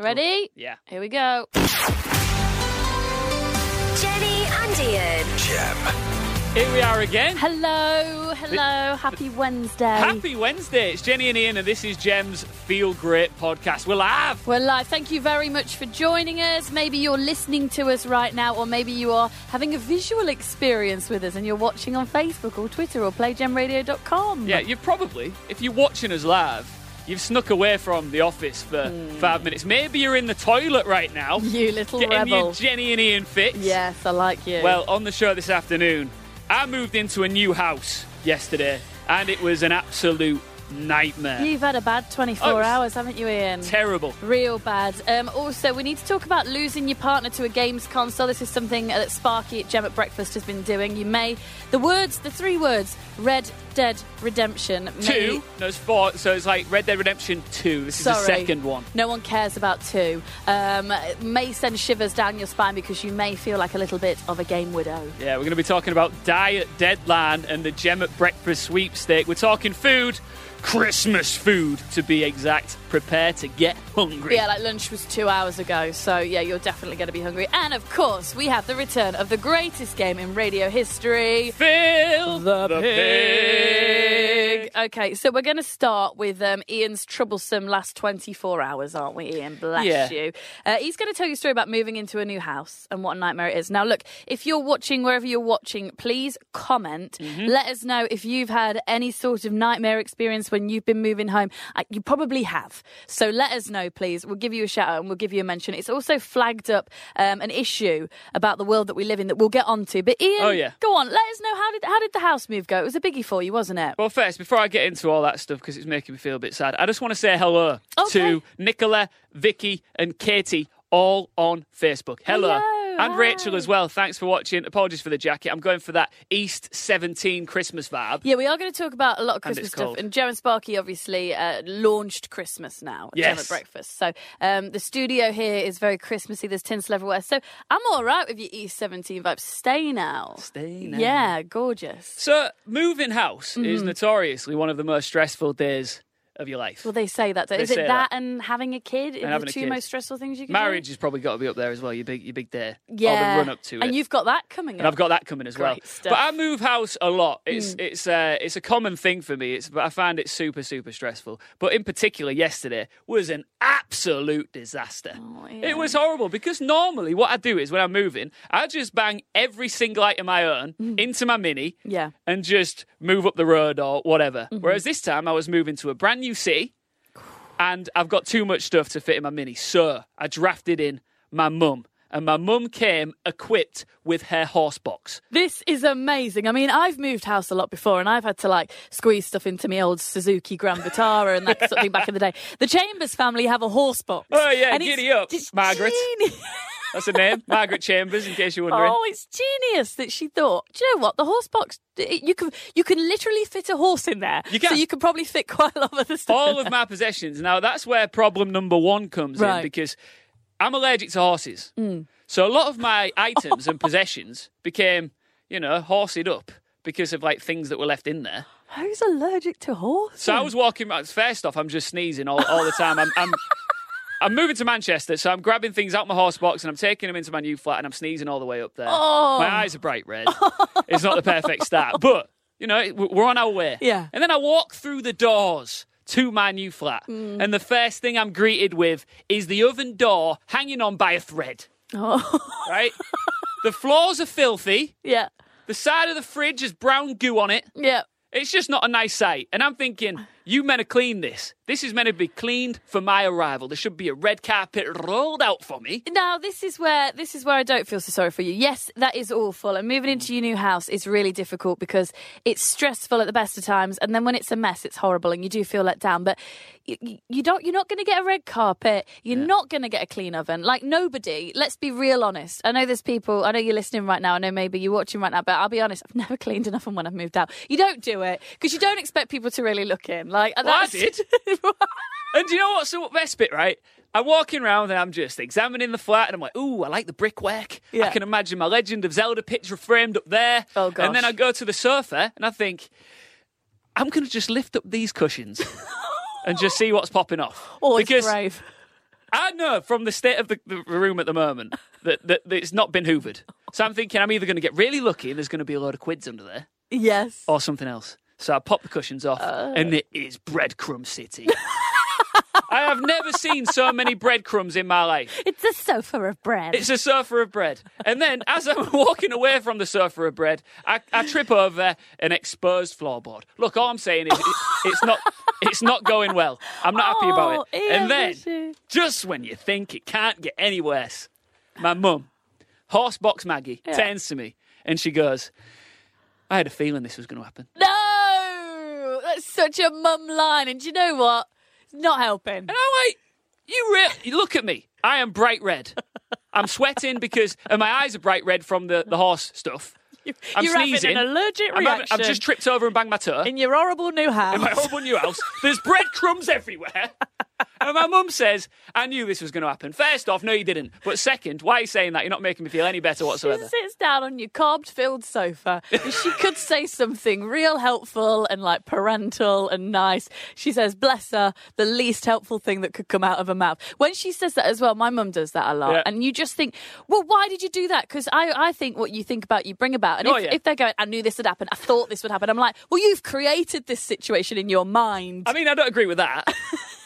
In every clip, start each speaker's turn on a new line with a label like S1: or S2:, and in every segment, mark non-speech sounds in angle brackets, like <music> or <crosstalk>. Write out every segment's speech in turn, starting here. S1: Ready?
S2: Yeah.
S1: Here we go.
S3: Jenny and Ian.
S4: Jam.
S2: Here we are again.
S1: Hello, hello. Happy Wednesday.
S2: Happy Wednesday. It's Jenny and Ian, and this is Jem's Feel Great podcast. We'll have.
S1: We're live. Thank you very much for joining us. Maybe you're listening to us right now, or maybe you are having a visual experience with us and you're watching on Facebook or Twitter or playgemradio.com.
S2: Yeah, you probably, if you're watching us live, you've snuck away from the office for five minutes. Maybe you're in the toilet right now.
S1: Hmm. <laughs> You little
S2: getting
S1: rebel.
S2: your Jenny and Ian fix.
S1: Yes, I like you.
S2: Well, on the show this afternoon, I moved into a new house yesterday, and it was an absolute nightmare.
S1: you've had a bad 24
S2: Oh, it's-
S1: hours, haven't you, Ian?
S2: Terrible.
S1: Real bad. Um, also, we need to talk about losing your partner to a games console. This is something that Sparky at Gem at Breakfast has been doing. You may. The words, the three words, Red Dead Redemption. May,
S2: Two. No, it's four. So it's like Red Dead Redemption 2. This is the
S1: Sorry.
S2: second one.
S1: No one cares about two. Um, it may send shivers down your spine because you may feel like a little bit of a game widow.
S2: Yeah, we're going to be talking about diet deadline and the gem at breakfast sweepstake. We're talking food, Christmas food to be exact. Prepare to get hungry.
S1: Yeah, like lunch was two hours ago, so yeah, you're definitely going to be hungry. And of course, we have the return of the greatest game in radio history.
S2: Fill
S1: The,
S2: pig.
S1: pig. Okay, so we're going to start with um, Ian's troublesome last 24 hours, aren't we, Ian? Bless
S2: Yeah.
S1: you. Uh, he's going to tell you a story about moving into a new house and what a nightmare it is. Now, look, if you're watching, wherever you're watching, please comment.
S2: Mm-hmm.
S1: Let us know if you've had any sort of nightmare experience when you've been moving home. Uh, you probably have. So let us know, please. We'll give you a shout out and we'll give you a mention. It's also flagged up um, an issue about the world that we live in that we'll get onto. But Ian,
S2: Oh, yeah.
S1: Go on, let us know how did how did the house move go? It was a biggie for you, wasn't it?
S2: Well, first, before I get into all that stuff, because it's making me feel a bit sad, I just want to say hello
S1: Okay.
S2: to Nicola, Vicky, and Katie, all on Facebook. Hello.
S1: Hello,
S2: And
S1: hi.
S2: Rachel as well. Thanks for watching. Apologies for the jacket. I'm going for that East 17 Christmas vibe.
S1: Yeah, we are going to talk about a lot of
S2: And
S1: Christmas
S2: it's
S1: stuff.
S2: cold.
S1: And Joe and Sparky obviously uh, launched Christmas now at Jam
S2: Yes.
S1: at breakfast. So um, the studio here is very Christmassy. There's tinsel everywhere. So I'm all right with your E17 vibes. Stay now.
S2: Stay now.
S1: Yeah, gorgeous.
S2: So, moving house is
S1: Mm-hmm.
S2: notoriously one of the most stressful days of your life.
S1: Well, they say that. don't-
S2: They
S1: Is it
S2: say
S1: that, and having a kid? Are
S2: having
S1: the
S2: a
S1: two
S2: kid.
S1: most stressful things you can
S2: Marriage
S1: do?
S2: has probably got to be up there as well. Your big, your big day. Or the
S1: Yeah.
S2: run up to it.
S1: And you've got that coming
S2: and
S1: up.
S2: I've got that coming as well.
S1: Great stuff. Mm.
S2: But I move house a lot. It's it's uh, it's a common thing for me. It's but I find it super super stressful. But in particular, yesterday was an absolute disaster.
S1: Oh, yeah.
S2: It was horrible because normally what I do is when I'm moving, I just bang every single item I own
S1: Mm.
S2: into my mini,
S1: Yeah. Mm-hmm.
S2: and just move up the road or whatever. Whereas this time I was moving to a brand new city, and I've got too much stuff to fit in my mini. So I drafted in my mum. And my mum came equipped with her horse box.
S1: This is amazing. I mean, I've moved house a lot before and I've had to like squeeze stuff into my old Suzuki Grand Vitara and that sort of thing back in the day. The Chambers family have a horse box.
S2: Oh, yeah,
S1: and it's
S2: giddy up,
S1: just
S2: Margaret.
S1: genius.
S2: That's
S1: <laughs>
S2: her name, Margaret Chambers, in case you're wondering.
S1: Oh, it's genius that she thought. Do you know what? The horse box, it- you can you can literally fit a horse in there.
S2: You can.
S1: So you can probably fit quite a lot of other stuff.
S2: All of my possessions. Now, that's where problem number one comes in
S1: Right. Mm.
S2: because I'm allergic to horses. So a lot of my items and possessions became, you know, horsed up because of like things that were left in there.
S1: Who's allergic to horses?
S2: So I was walking. around- First off, I'm just sneezing all, all the time. I'm, <laughs> I'm I'm moving to Manchester, so I'm grabbing things out my horse box and I'm taking them into my new flat and I'm sneezing all the way up there.
S1: Oh.
S2: My eyes are bright red. it's not the perfect
S1: <laughs>
S2: start, but you know w- we're on our way.
S1: Yeah.
S2: And then I walk through the doors to my new flat,
S1: Mm.
S2: and the first thing I'm greeted with is the oven door hanging on by a thread.
S1: Oh, <laughs>
S2: Right. the floors are filthy.
S1: yeah,
S2: The side of the fridge has brown goo on it.
S1: yeah.
S2: It's just not a nice sight. And I'm thinking, you men are clean this. This is meant to be cleaned for my arrival. There should be a red carpet rolled out for me.
S1: Now this is where this is where I don't feel so sorry for you. Yes, that is awful, and moving into your new house is really difficult because it's stressful at the best of times, and then when it's a mess, it's horrible, and you do feel let down. But you, you don't, you're not going to get a red carpet. You're not going to get a clean oven. Like nobody. Let's be real honest. I know there's people. I know you're listening right now. I know maybe you're watching right now, but I'll be honest. I've never <laughs> cleaned an oven when I've moved out. You don't do it because you don't expect people to really look in. Like
S2: I
S1: that's-
S2: did. And do you know what's the best bit, right? I'm walking around and I'm just examining the flat and I'm like, ooh, I like the brickwork. I
S1: Yeah.
S2: can imagine my Legend of Zelda picture framed up there.
S1: Oh,
S2: And then
S1: gosh.
S2: I go to the sofa and I think,
S1: <laughs>
S2: I'm going to just lift up these cushions and just see what's popping off.
S1: <laughs> Always
S2: because
S1: brave.
S2: I know from the state of the, the room at the moment that, that, that it's not been hoovered. So I'm thinking I'm either going to get really lucky and there's going to be a load of quids under there
S1: Yes.
S2: or something else. So I pop the cushions off and it is breadcrumb city. <laughs> I have never seen so many breadcrumbs in my life.
S1: It's a sofa of bread.
S2: It's a surfer of bread. And then as I'm <laughs> walking away from the surfer of bread, I, I trip over an exposed floorboard. Look, all I'm saying is it, it's not it's not going well. I'm not happy about
S1: Oh,
S2: it.
S1: Ian,
S2: and then
S1: bless you.
S2: just when you think it can't get any worse, my mum, horsebox Maggie, turns to me and she goes, I had a feeling this was going to happen.
S1: no, that's such a mum line. And do you know what? It's not helping.
S2: And I'm like, you, re- you look at me. I am bright red. I'm sweating because and my eyes are bright red from the, the horse
S1: <laughs>
S2: stuff. I'm
S1: You're
S2: sneezing.
S1: having an allergic
S2: I'm having-
S1: reaction
S2: I've just tripped over and banged my toe.
S1: in your horrible new house.
S2: in <laughs> my horrible new house. There's breadcrumbs everywhere. And my mum says, I knew this was going to happen. First off, no, you didn't. But second, why are you saying that? You're not making me feel any better
S1: she
S2: whatsoever.
S1: sits down on your carved filled sofa. If
S2: <laughs>
S1: she could say something real helpful and like parental and nice. She says, bless her, the least helpful thing that could come out of her mouth. When she says that as well, my mum does that a lot.
S2: Yeah.
S1: And you just think, well, why did you do that? Because I, I think what you think about, you bring about. And
S2: Oh,
S1: if,
S2: yeah.
S1: if they're going, I knew this would happen, I thought this would happen, I'm like, well, you've created this situation in your mind.
S2: I mean, I don't agree with that. <laughs>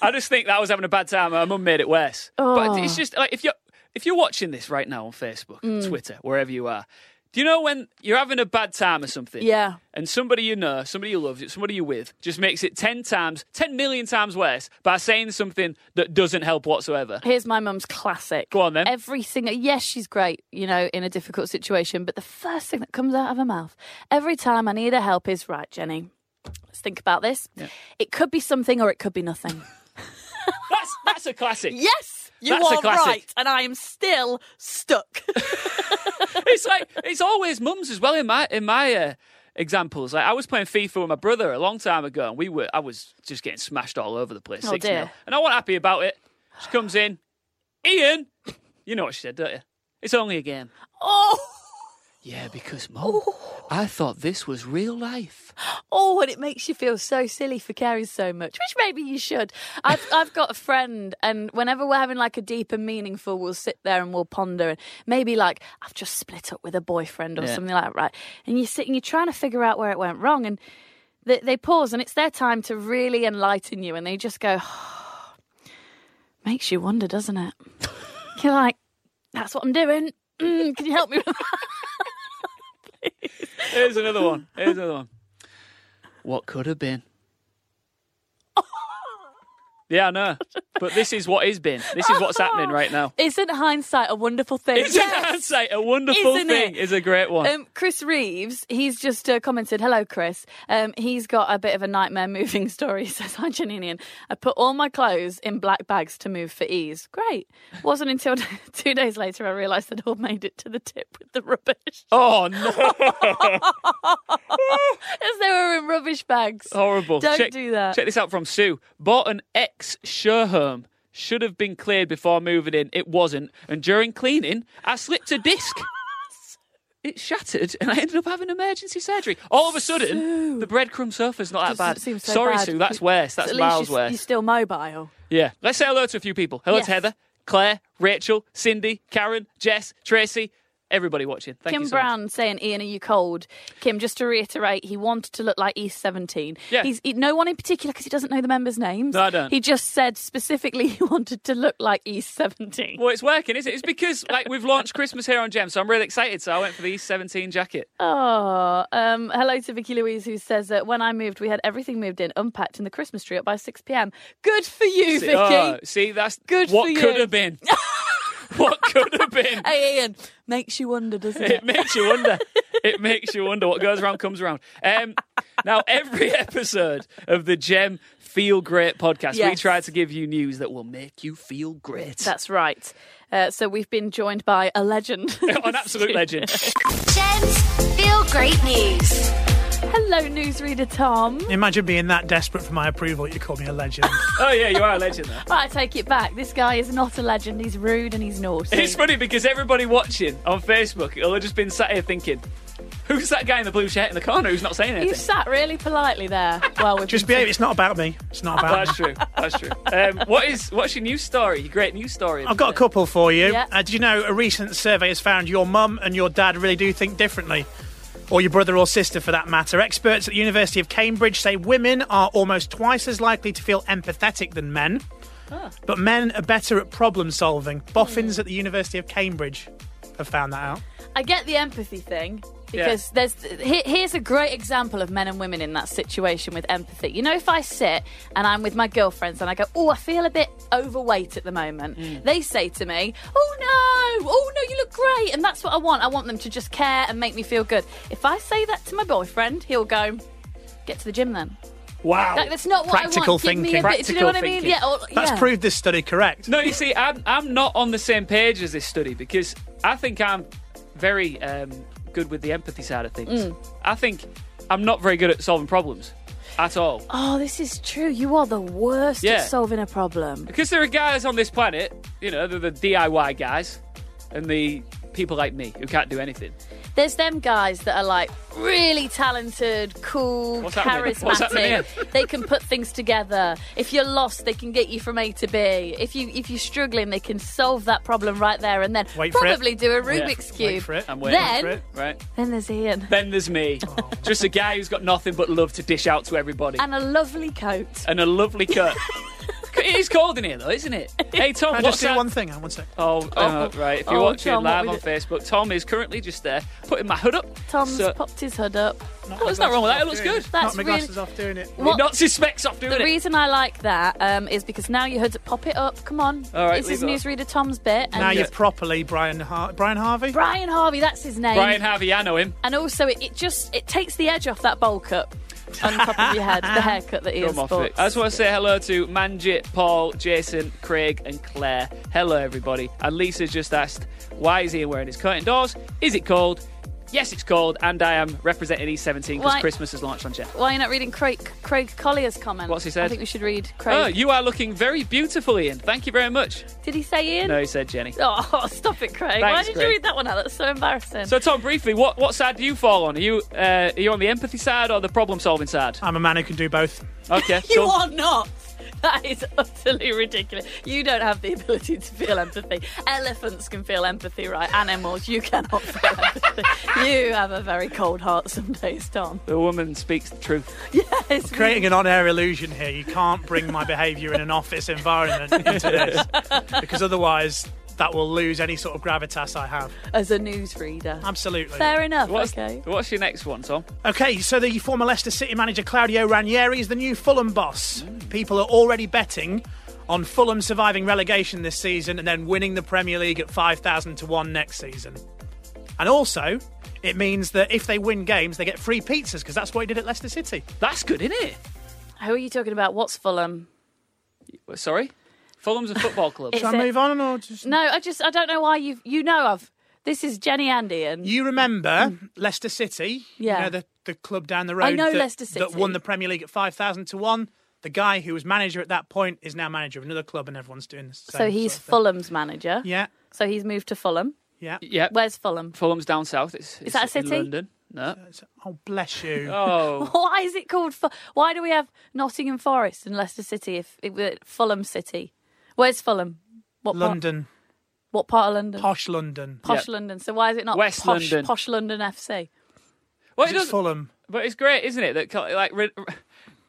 S2: I just think that I was having a bad time. and My mum made it worse. But it's just like if you're if you're watching this right now on Facebook, Twitter, wherever you are, do you know when you're having a bad time or something?
S1: Yeah.
S2: And somebody you know, somebody you love, somebody you're with, just makes it ten times, ten million times worse by saying something that doesn't help whatsoever.
S1: Here's my mum's classic.
S2: Go on then.
S1: Every single, yes, she's great, you know, in a difficult situation, but the first thing that comes out of her mouth every time I need her help is, right, Jenny, let's think about this. It could be something or it could be nothing.
S2: That's that's a classic.
S1: <laughs> yes, you
S2: That's a
S1: are
S2: classic.
S1: right, and I am still stuck. <laughs>
S2: it's like it's always mums as well in my in my uh, examples. Like I was playing FIFA with my brother a long time ago, and we were I was just getting smashed all over the place,
S1: Oh,
S2: six 0
S1: dear.
S2: and I wasn't happy about it. She comes in, Ian. You know what she said, don't you? It's only a game.
S1: oh,
S2: Yeah, because mum, I thought this was
S1: <gasps>
S2: real life.
S1: oh, and it makes you feel so silly for caring so much, which maybe you should. I've, I've got a friend, and whenever we're having like a deep and meaningful, we'll sit there and we'll ponder, and maybe like I've just split up with a boyfriend or
S2: Yeah.
S1: something like that, right? And you're sitting, you're trying to figure out where it went wrong, and they, they pause, and it's their time to really enlighten you, and they just go, <sighs> makes you wonder, doesn't it? you're like, that's what I'm doing. Mm, can you help me with that?
S2: Here's another one. Here's another one. What could
S1: <laughs>
S2: have been? Yeah, I know. But this is what is been. This is what's happening right now.
S1: Isn't hindsight a wonderful thing?
S2: It's
S1: Yes.
S2: a hindsight, a wonderful
S1: Isn't
S2: thing.
S1: it?
S2: It's a great one.
S1: Um, Chris Reeves, he's just uh, commented, hello, Chris. Um, he's got a bit of a nightmare <laughs> moving story. He says, hi, Janinian. I put all my clothes in black bags to move for ease. Great. Wasn't until <laughs> two days later I realised they'd all made it to the tip with the rubbish <laughs>
S2: oh no!
S1: as they were in rubbish bags.
S2: Horrible.
S1: Don't
S2: check,
S1: do that.
S2: Check this out from Sue. Bought an ex show home. Should have been cleared before moving in. It wasn't. And during cleaning, I slipped
S1: <laughs>
S2: a disc. It shattered, and I ended up having emergency surgery. All of a sudden, the breadcrumb sofa's not that
S1: Doesn't
S2: bad.
S1: seem so
S2: Sorry,
S1: bad.
S2: Sue. That's worse.
S1: At
S2: That's
S1: least
S2: miles
S1: you're,
S2: worse.
S1: you're still mobile.
S2: Yeah. Let's say hello to a few people. Hello
S1: Yes.
S2: to Heather, Claire, Rachel, Cindy, Karen, Jess, Tracy, everybody watching. Thank
S1: Kim
S2: you so much.
S1: Brown saying, Ian, are you cold? Kim, just to reiterate, he wanted to look like East 17.
S2: Yeah.
S1: He's he, no one in particular because he doesn't know the members' names.
S2: No, I don't.
S1: He just said specifically <laughs> he wanted to look like East 17.
S2: Well, it's working, is it? It's because like we've launched Christmas here on Gem, so I'm really excited. So I went for the East 17 jacket.
S1: Oh, um, hello to Vicky Louise who says that when I moved, we had everything moved in, unpacked, and the Christmas tree up by 6 p.m. Good for you, Vicky.
S2: Oh, see, that's
S1: Good
S2: What
S1: for
S2: could
S1: you. <laughs>
S2: have been? what could have been?
S1: Hey, Ian, makes you wonder, doesn't it?
S2: It makes you wonder. It makes you wonder what goes around comes around. Um, now, every episode of the Gem Feel Great podcast, we
S1: Yes.
S2: try to give you news that will make you feel great.
S1: <laughs> That's right. Uh, so we've been joined by a legend.
S2: <laughs>
S1: <laughs>
S2: an absolute legend.
S3: Gems feel great news.
S1: hello, newsreader Tom.
S4: Imagine being that desperate for my approval that you call me a legend. <laughs>
S2: Oh yeah, you are a legend. Though.
S1: I take it back. This guy is not a legend. He's rude and he's naughty.
S2: It's funny because everybody watching on Facebook will have just been sat here thinking, Who's that guy in the blue shirt in the corner who's not saying
S1: You
S2: anything?
S1: sat really politely there while we've
S4: Just
S1: been
S4: behave. It's not about me. It's not about
S2: That's
S4: me.
S2: true. That's true. Um, what is what's your news story? Your great news story.
S4: I've got a couple for you.
S1: Yeah.
S4: Uh, did you know a recent survey has found your mum and your dad really do think differently? Or your brother or sister, for that matter. Experts at the University of Cambridge say women are almost twice as likely to feel empathetic than men, but men are better at problem solving.
S1: Hmm.
S4: Boffins at the University of Cambridge have found that out.
S1: I get the empathy thing
S2: Yeah.
S1: because there's here, here's a great example of men and women in that situation with empathy. You know, if I sit and I'm with my girlfriends and I go, "Oh, I feel a bit overweight at the moment," they say to me, "Oh no, oh no, you look great," and that's what I want. I want them to just care and make me feel good. If I say that to my boyfriend, he'll go. Get to the gym then.
S2: wow.
S1: Like, that's not what I
S4: Practical
S1: want. Give me
S4: thinking.
S1: a bit. Do you know
S2: Practical
S1: what I mean?
S2: thinking.
S1: Yeah. Or,
S4: That's
S1: yeah.
S4: proved this study correct.
S2: No, you see, I'm I'm not on the same page as this study because I think I'm very um, good with the empathy side of things.
S4: Mm.
S2: I think I'm not very good at solving problems at all.
S1: Oh, this is true. You are the worst
S2: Yeah.
S1: at solving a problem.
S2: Because there are guys on this planet, you know, they're the DIY guys and the people like me who can't do anything.
S1: There's them guys that are like really talented, cool,
S2: What's happening? What's happening
S1: charismatic. they can put things together. If you're lost, they can get you from A to B. If you if you're struggling, they can solve that problem right there and then.
S4: Wait for it.
S1: probably do a Rubik's cube.
S4: Wait for it.
S2: I'm waiting
S1: Then,
S2: for it, right?
S1: then there's Ian
S2: Then there's me,
S4: Oh.
S2: just a guy who's got nothing but love to dish out to everybody, and,
S1: and a lovely coat.
S2: a lovely
S4: <laughs>
S2: cut. it is cold in here, though, isn't it? Hey, Tom,
S4: Can I
S2: what's
S4: just do
S2: that-
S4: one thing? Hang on One sec.
S2: Oh, uh, right. If you're
S1: Oh,
S2: watching
S1: Tom, what
S2: live
S1: we
S2: on
S1: do-
S2: Facebook, Tom is currently just there putting my hood up.
S1: Tom's
S2: So-
S1: popped his hood up.
S2: Well, there's nothing wrong with that. It looks
S4: Doing
S2: good.
S1: That's
S4: Knocked my
S1: really-
S4: glasses off doing it.
S2: He
S1: What-
S2: knocks his specs off doing
S1: The
S2: it.
S1: reason I like that um, is because now your hood's pop it up. Come on,
S2: All right,
S1: this is
S2: leave it
S1: newsreader Tom's bit. And
S4: Now you're properly Brian Har- Brian Harvey.
S1: Brian Harvey, that's his name.
S2: Brian Harvey, I know him.
S1: And also, it, it just it takes the edge off that bowl cut on top of your head,
S2: <laughs>
S1: the haircut that Ian
S2: Come off it.
S1: sports.
S2: I just want to say hello to Manjit, Paul, Jason, Craig, and Claire. Hello, everybody. And Lisa's just asked, why is Ian wearing his coat indoors? Is it cold? Yes, it's cold. And I am representing E17 because
S1: Why-
S2: Christmas has launched on Jeff.
S1: Why are you not reading Craig, Craig Collier's comment?
S2: What's he said?
S1: I think we should read Craig.
S2: Oh, you are looking very beautiful, Ian. Thank you very much.
S1: Did he say Ian?
S2: No, he said Jenny.
S1: Oh, <laughs> stop it, Craig. Why
S2: Thanks,
S1: did
S2: Craig.
S1: you read that one out? That's so embarrassing.
S2: So, Tom, briefly, what, what side do you fall on? Are you uh, are you on the empathy side or the problem solving side?
S4: I'm a man who can do both.
S2: Okay.
S1: <laughs> you
S2: cool.
S1: are not. <laughs> That is utterly ridiculous. You don't have the ability to feel empathy. Elephants can feel empathy, right? Animals, you cannot feel <laughs> empathy. you have a very cold heart some days, Tom. <laughs>
S2: The woman speaks the truth.
S1: It's
S4: Creating an on-air illusion here. You can't bring my behaviour in an office environment into this because otherwise that will lose any sort of gravitas I have.
S1: as a newsreader.
S4: Absolutely.
S1: Fair enough.
S2: What's,
S1: okay.
S2: what's your next one, Tom?
S4: Okay, so the former Leicester City manager Claudio Ranieri is the new Fulham boss. People are already betting on Fulham surviving relegation this season and then winning the Premier League at 5,000 to 1 next season. And also, it means that if they win games, they get free pizzas because that's what he did at Leicester City.
S2: That's good, isn't it?
S1: Who are you talking about? What's Fulham?
S2: Well, Sorry? Fulham's a
S1: <laughs>
S2: football club.
S1: It's
S4: Shall I
S1: it-
S4: move on or just.
S1: No, I just I don't know why you you know of. This is Jenny and Ian.
S4: You remember Leicester City?
S1: Mm. Yeah.
S4: You know, the, the club down the road
S1: know
S4: that,
S1: Leicester
S4: that
S1: City.
S4: won the Premier League at 5,000 to 1. The guy who was manager at that point is now manager of another club and everyone's doing the same.
S1: so he's
S4: sort of thing.
S1: Fulham's manager.
S4: Yeah,
S1: So he's moved to Fulham.
S4: yeah.
S2: yeah.
S1: Where's Fulham?
S2: Fulham's down south. It's, it's
S1: that a
S2: in
S1: city?
S2: London. No.
S4: Oh, bless you.
S2: Oh.
S1: <laughs> Why is it called? Fu- Why do we have Nottingham Forest and Leicester City if it were Fulham City? Where's Fulham? What
S4: London,
S1: Part, what part of London?
S4: posh London.
S1: Posh
S2: Yeah.
S1: London. So why is it not
S2: West
S1: posh,
S2: London.
S1: posh London FC?
S2: Well, it
S4: It's
S2: does,
S4: Fulham.
S2: but it's great, isn't it? That Cla- like re- re-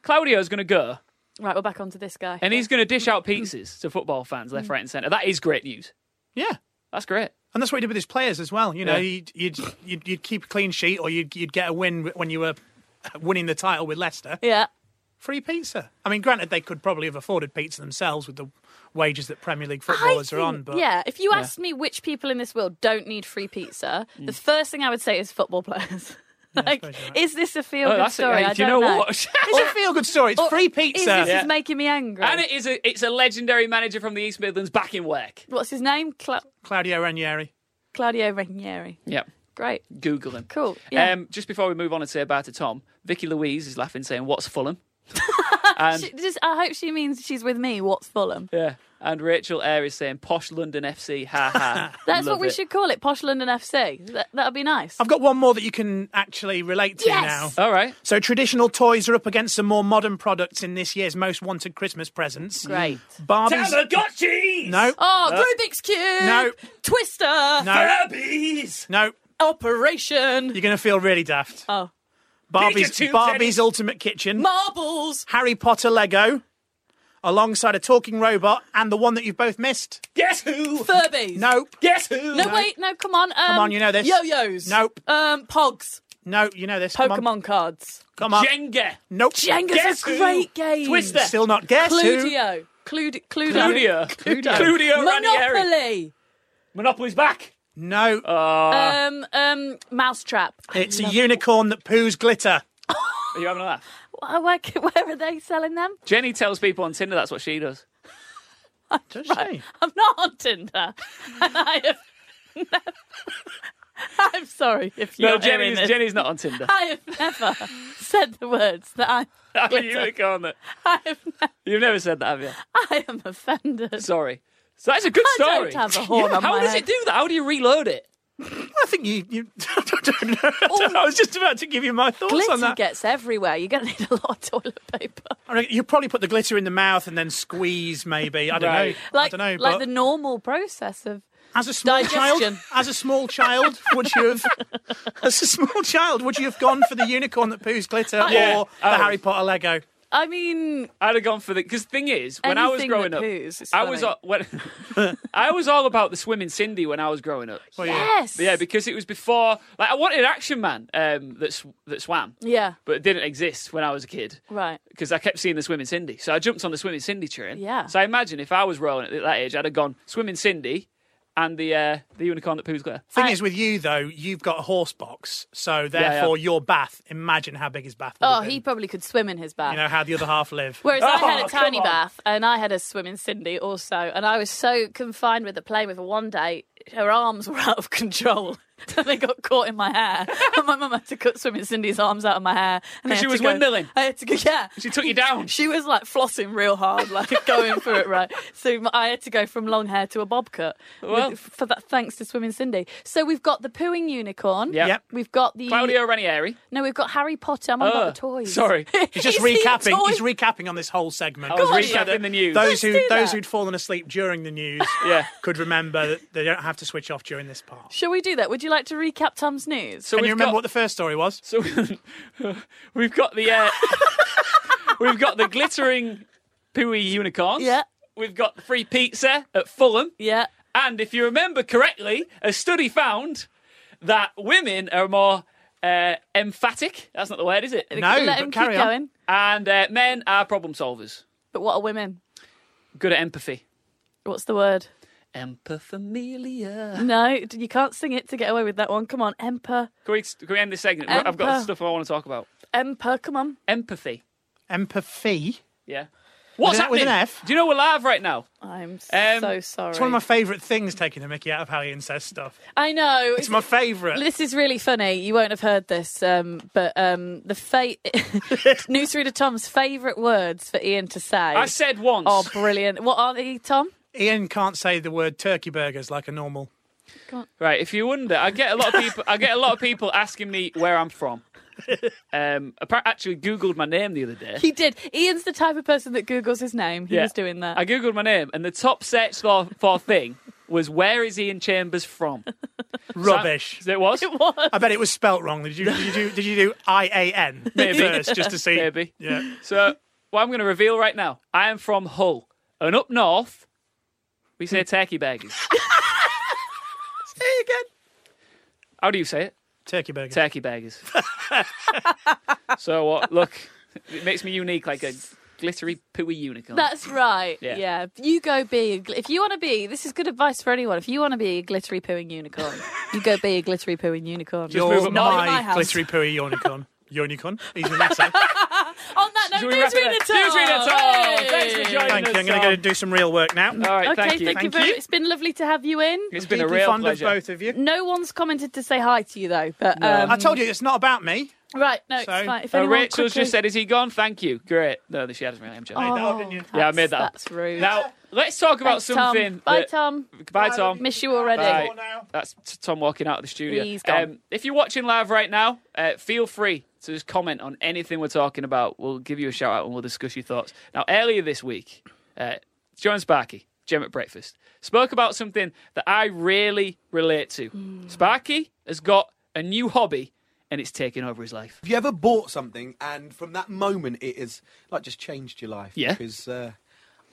S2: Claudio's going to go
S1: Right, we're back onto this guy.
S2: and he's going to dish out pizzas to football fans left, right, and centre. That is great news.
S4: Yeah.
S2: That's great.
S4: And that's what he did with his players as well. You know,
S2: Yeah.
S4: you'd, you'd, you'd, you'd keep a clean sheet or you'd, you'd get a win when you were winning the title with Leicester.
S1: yeah.
S4: Free pizza. I mean, granted, they could probably have afforded pizza themselves with the wages that Premier League footballers
S1: I
S4: are on,
S1: think-
S4: but
S1: yeah, if you asked me which people in this world don't need free pizza,
S2: Mm.
S1: the first thing I would say is football players. <laughs> like,
S4: suppose you're right.
S1: is this a feel
S2: Oh,
S1: good
S2: that's
S1: story?
S2: it.
S1: I
S2: Hey, do you know,
S1: don't know.
S2: what? <laughs>
S4: it's a feel good story. It's
S1: Or
S4: free
S1: Is
S4: pizza.
S1: this
S2: Yeah.
S1: is making me angry?
S2: and it is a it's a legendary manager from the East Midlands back in work.
S1: What's his name? Cla-
S4: Claudio Ranieri.
S1: Claudio Ranieri.
S2: Yeah.
S1: Great.
S2: Google him.
S1: Cool. Yeah.
S2: Um, just before we move on and say bye to Tom, Vicky Louise is laughing, saying, "What's Fulham?" and
S1: She, just, I hope she means she's with me. What's Fulham?
S2: yeah, and Rachel Eyre is saying posh London FC. Ha ha.
S1: <laughs> That's
S2: Love
S1: what we
S2: it.
S1: should call it, Posh London FC. That, that'd be nice.
S4: I've got one more that you can actually relate to
S1: Yes!
S4: now.
S2: All right.
S4: So traditional toys are up against some more modern products in this year's most wanted Christmas presents.
S1: Great.
S4: Barbies.
S2: Tamagotchis.
S4: No.
S1: Oh, Rubik's Cube.
S4: Uh, No.
S1: Twister.
S4: No.
S2: Barbies.
S4: No.
S1: Operation.
S4: You're going to feel really daft.
S1: Oh.
S4: Barbie's
S2: Pikachu
S4: Barbie's
S2: tennis.
S4: Ultimate Kitchen.
S1: Marbles.
S4: Harry Potter Lego. Alongside a talking robot and the one that you've both missed.
S2: Guess who?
S1: Furbies.
S4: Nope.
S2: Guess who?
S1: No, wait, no, come on. Um, come
S4: on, you know this.
S1: Yo-yos.
S4: Nope.
S1: Um, pogs.
S4: No, you know this. Come on.
S1: Pokemon cards.
S4: Come on.
S2: Jenga.
S4: nope.
S1: Jenga's
S2: Guess
S1: a
S2: who?
S1: great game.
S2: Twister.
S4: Still not guess who.
S1: Cluedio. Clued- Cluedo.
S2: Cludio. Cludio Ranieri.
S1: Monopoly.
S2: Monopoly's back.
S4: No.
S1: Um, um, mousetrap.
S4: it's a unicorn that poos glitter.
S2: Are you having a laugh?
S1: Why- Where, c- where are they selling them?
S2: Jenny tells people on Tinder that's what she does.
S4: Does she?
S1: I'm not on Tinder. And I have never... I'm sorry if you're
S2: No,
S1: hearing
S2: Jenny's,
S1: this.
S2: Jenny's <laughs> not on Tinder.
S1: I have never said the words that I,
S2: I'm a unicorn. that-
S1: I, have ne-
S2: You've never said that, have you?
S1: I am offended.
S2: Sorry. So that's a good
S1: I don't
S2: story.
S1: have a horn
S2: <laughs> Yeah,
S1: on
S2: How
S1: my
S2: does
S1: head.
S2: it do that? How do you reload it?
S4: I think you. you <laughs> I don't know. I, don't know. I was just about to give you my thoughts on
S1: Glitter
S4: that.
S1: gets everywhere. You're going to need a lot of toilet paper.
S4: I reckon you probably put the glitter in the mouth and then squeeze, maybe. I don't
S2: Right.
S4: know.
S1: Like,
S4: I don't know.
S1: like
S4: but
S1: the normal process of.
S4: as a small child,
S1: digestion.
S4: as a small child, would you have? <laughs> As a small child, would you have gone for the unicorn that poos glitter
S2: Yeah.
S4: or
S2: Oh.
S4: the Harry Potter Lego?
S1: I mean,
S2: I'd have gone for the because thing is when I was
S1: Anything
S2: growing
S1: that
S2: up,
S1: poos, it's
S2: I was
S1: funny.
S2: all- when, <laughs> I was all about the swimming Cindy when I was growing up.
S4: Well, yeah.
S1: yes.
S2: Yeah, because it was before. Like I wanted Action Man um, that sw- that swam,
S1: Yeah,
S2: but it didn't exist when I was a kid.
S1: right.
S2: Because I kept seeing the swimming Cindy, so I jumped on the swimming Cindy train.
S1: Yeah.
S2: So I imagine if I was rolling at that age, I'd have gone swimming Cindy and the uh, the unicorn that poos glitter.
S4: Thing
S1: I-
S4: is, with you though, you've got a horse box, so
S2: yeah.
S4: therefore your bath. Imagine how big his bath. would
S1: Oh,
S4: have
S1: he
S4: been.
S1: probably could swim in his bath.
S4: You know how the other half live.
S1: Whereas I had
S2: Oh,
S1: a tiny
S2: come on.
S1: bath and I had a swim in Cindy also, and I was so confined with the playing with her one day, her arms <laughs> were out of control. <laughs> and they got caught in my hair. And my mum had to cut swimming Cindy's arms out of my hair. And I
S2: 'Cause she
S1: had to
S2: was
S1: go-
S2: windmilling.
S1: I had to go, yeah.
S2: She took
S1: <laughs>
S2: you down.
S1: She was like flossing real hard, like <laughs> going for it, right? So m- I had to go from long hair to a bob cut.
S2: Well.
S1: with- for that, thanks to swimming Cindy. So we've got the pooing unicorn.
S2: Yeah.
S4: Yep.
S1: We've got the
S2: Claudio Ranieri.
S1: no, we've got Harry Potter. I'm on
S2: Uh,
S1: about the toys. <laughs>
S2: Sorry.
S4: He's just
S1: Is he a
S4: recapping.
S1: toy?
S4: He's recapping on this whole segment.
S2: I was
S1: Go on,
S2: recapping the news.
S4: Those
S1: do
S4: who
S1: that.
S4: those who'd fallen asleep during
S1: <laughs>
S4: the news
S2: yeah.
S4: could remember that they don't have to switch off during this part.
S1: Shall we do that? Would you like to recap Tom's news?
S2: So
S4: Can
S2: we've
S4: you remember
S2: got-
S4: what the first story was?
S2: So <laughs> we've got the uh, we've got the glittering pooey unicorns.
S1: Yeah.
S2: We've got the free pizza at Fulham.
S1: yeah.
S2: And if you remember correctly, a study found that women are more uh, emphatic. That's not the word, is it?
S4: No,
S1: Let
S4: but
S1: him
S4: carry
S1: keep
S4: on.
S1: going.
S2: And uh, men are problem solvers.
S1: But what are women?
S2: Good at empathy.
S1: What's the word?
S2: Empathamelia.
S1: No, d- you can't sing it to get away with that one. Come on, Emper.
S2: Can we, can we end this segment? I've got
S1: Empath-
S2: stuff I want to talk about.
S1: Emper, come on.
S2: Empathy.
S4: Empathy.
S2: Yeah. What's
S4: With an- with
S2: happening?
S4: an F?
S2: Do you know we're live right now?
S1: I'm
S2: Um,
S1: so sorry.
S4: It's one of my favourite things taking the Mickey out of how he says stuff.
S1: I know.
S4: It's my favourite.
S1: This is really funny. You won't have heard this, um, but um, the fa- <laughs> newsreader Tom's favourite words for Ian to say
S2: I said once.
S1: are brilliant. What are they, Tom?
S4: Ian can't say the word turkey burgers like a normal.
S2: Right, if you wonder, I get a lot of people. I get a lot of people asking me where I'm from. Um, I pra- actually googled my name the other day.
S1: He did. Ian's the type of person that Googles his name. He
S2: Yeah.
S1: was doing that.
S2: I googled my name, and the top search for, for thing was "Where is Ian Chambers from?"
S4: Rubbish.
S2: So it
S1: <laughs>
S2: was
S1: It was.
S4: I bet it was spelt wrong. Did you did you do did you do I A N
S2: <laughs> Maybe.
S4: first just to see?
S2: maybe.
S4: Yeah.
S2: So what I'm going to reveal right now, I am from Hull, and up north we say turkey burgers.
S4: Say again.
S2: How do you say it?
S4: Turkey burgers.
S2: Turkey burgers.
S1: <laughs>
S2: so what? Look, it makes me unique, like a glittery pooey unicorn.
S1: That's right.
S2: Yeah.
S1: Yeah. You go be a gl- if you want to be. This is good advice for anyone. If you want to be a glittery pooing unicorn, you go be a glittery pooing unicorn.
S4: You're
S2: move up
S1: Not in
S4: my,
S1: my house.
S2: <laughs>
S4: glittery pooey unicorn. Unicorn. He's a letter.
S1: On that note,
S2: Should we wrap it
S1: newsreader
S2: there? Newsreader time!
S1: Hey!
S2: Thanks for joining
S4: Thank you.
S2: us.
S4: I'm going to go do some real work now.
S2: All right,
S1: Okay,
S2: thank you.
S4: Thank
S1: very
S4: you.
S1: much. It's been lovely to have you in.
S2: It's been a
S4: Deeply
S2: real
S4: fond
S2: pleasure.
S4: of both of you.
S1: No one's commented to say hi to you though, but um,
S4: I told you it's not about me.
S1: right, no,
S4: So-
S1: it's fine. If
S2: Uh,
S1: anyone
S2: Rachel's
S1: quickly-
S2: just said, "Is he gone?" Thank you. Great. No, she hasn't really. I'm joking.
S4: Made that up,
S1: Oh,
S4: didn't you?
S2: Yeah, I made that up.
S1: That's rude.
S2: Now let's talk about
S1: Thanks,
S2: something.
S1: Tom. Bye,
S2: that-
S1: Tom.
S2: Goodbye, Tom.
S1: Miss you already.
S2: Bye.
S4: More now.
S2: That's t- Tom walking out of the studio. Um,
S1: He's gone.
S2: if you're watching live right now, uh, feel free to just comment on anything we're talking about. We'll give you a shout out and we'll discuss your thoughts. Now, earlier this week, uh, Joe and Sparky, Gem at Breakfast, spoke about something that I really relate to.
S1: Hmm.
S2: Sparky has got a new hobby and it's taking over his
S1: <laughs>
S2: life.
S5: Have you ever bought something and from that moment it has like just changed your life?
S2: Yeah.
S5: Because uh,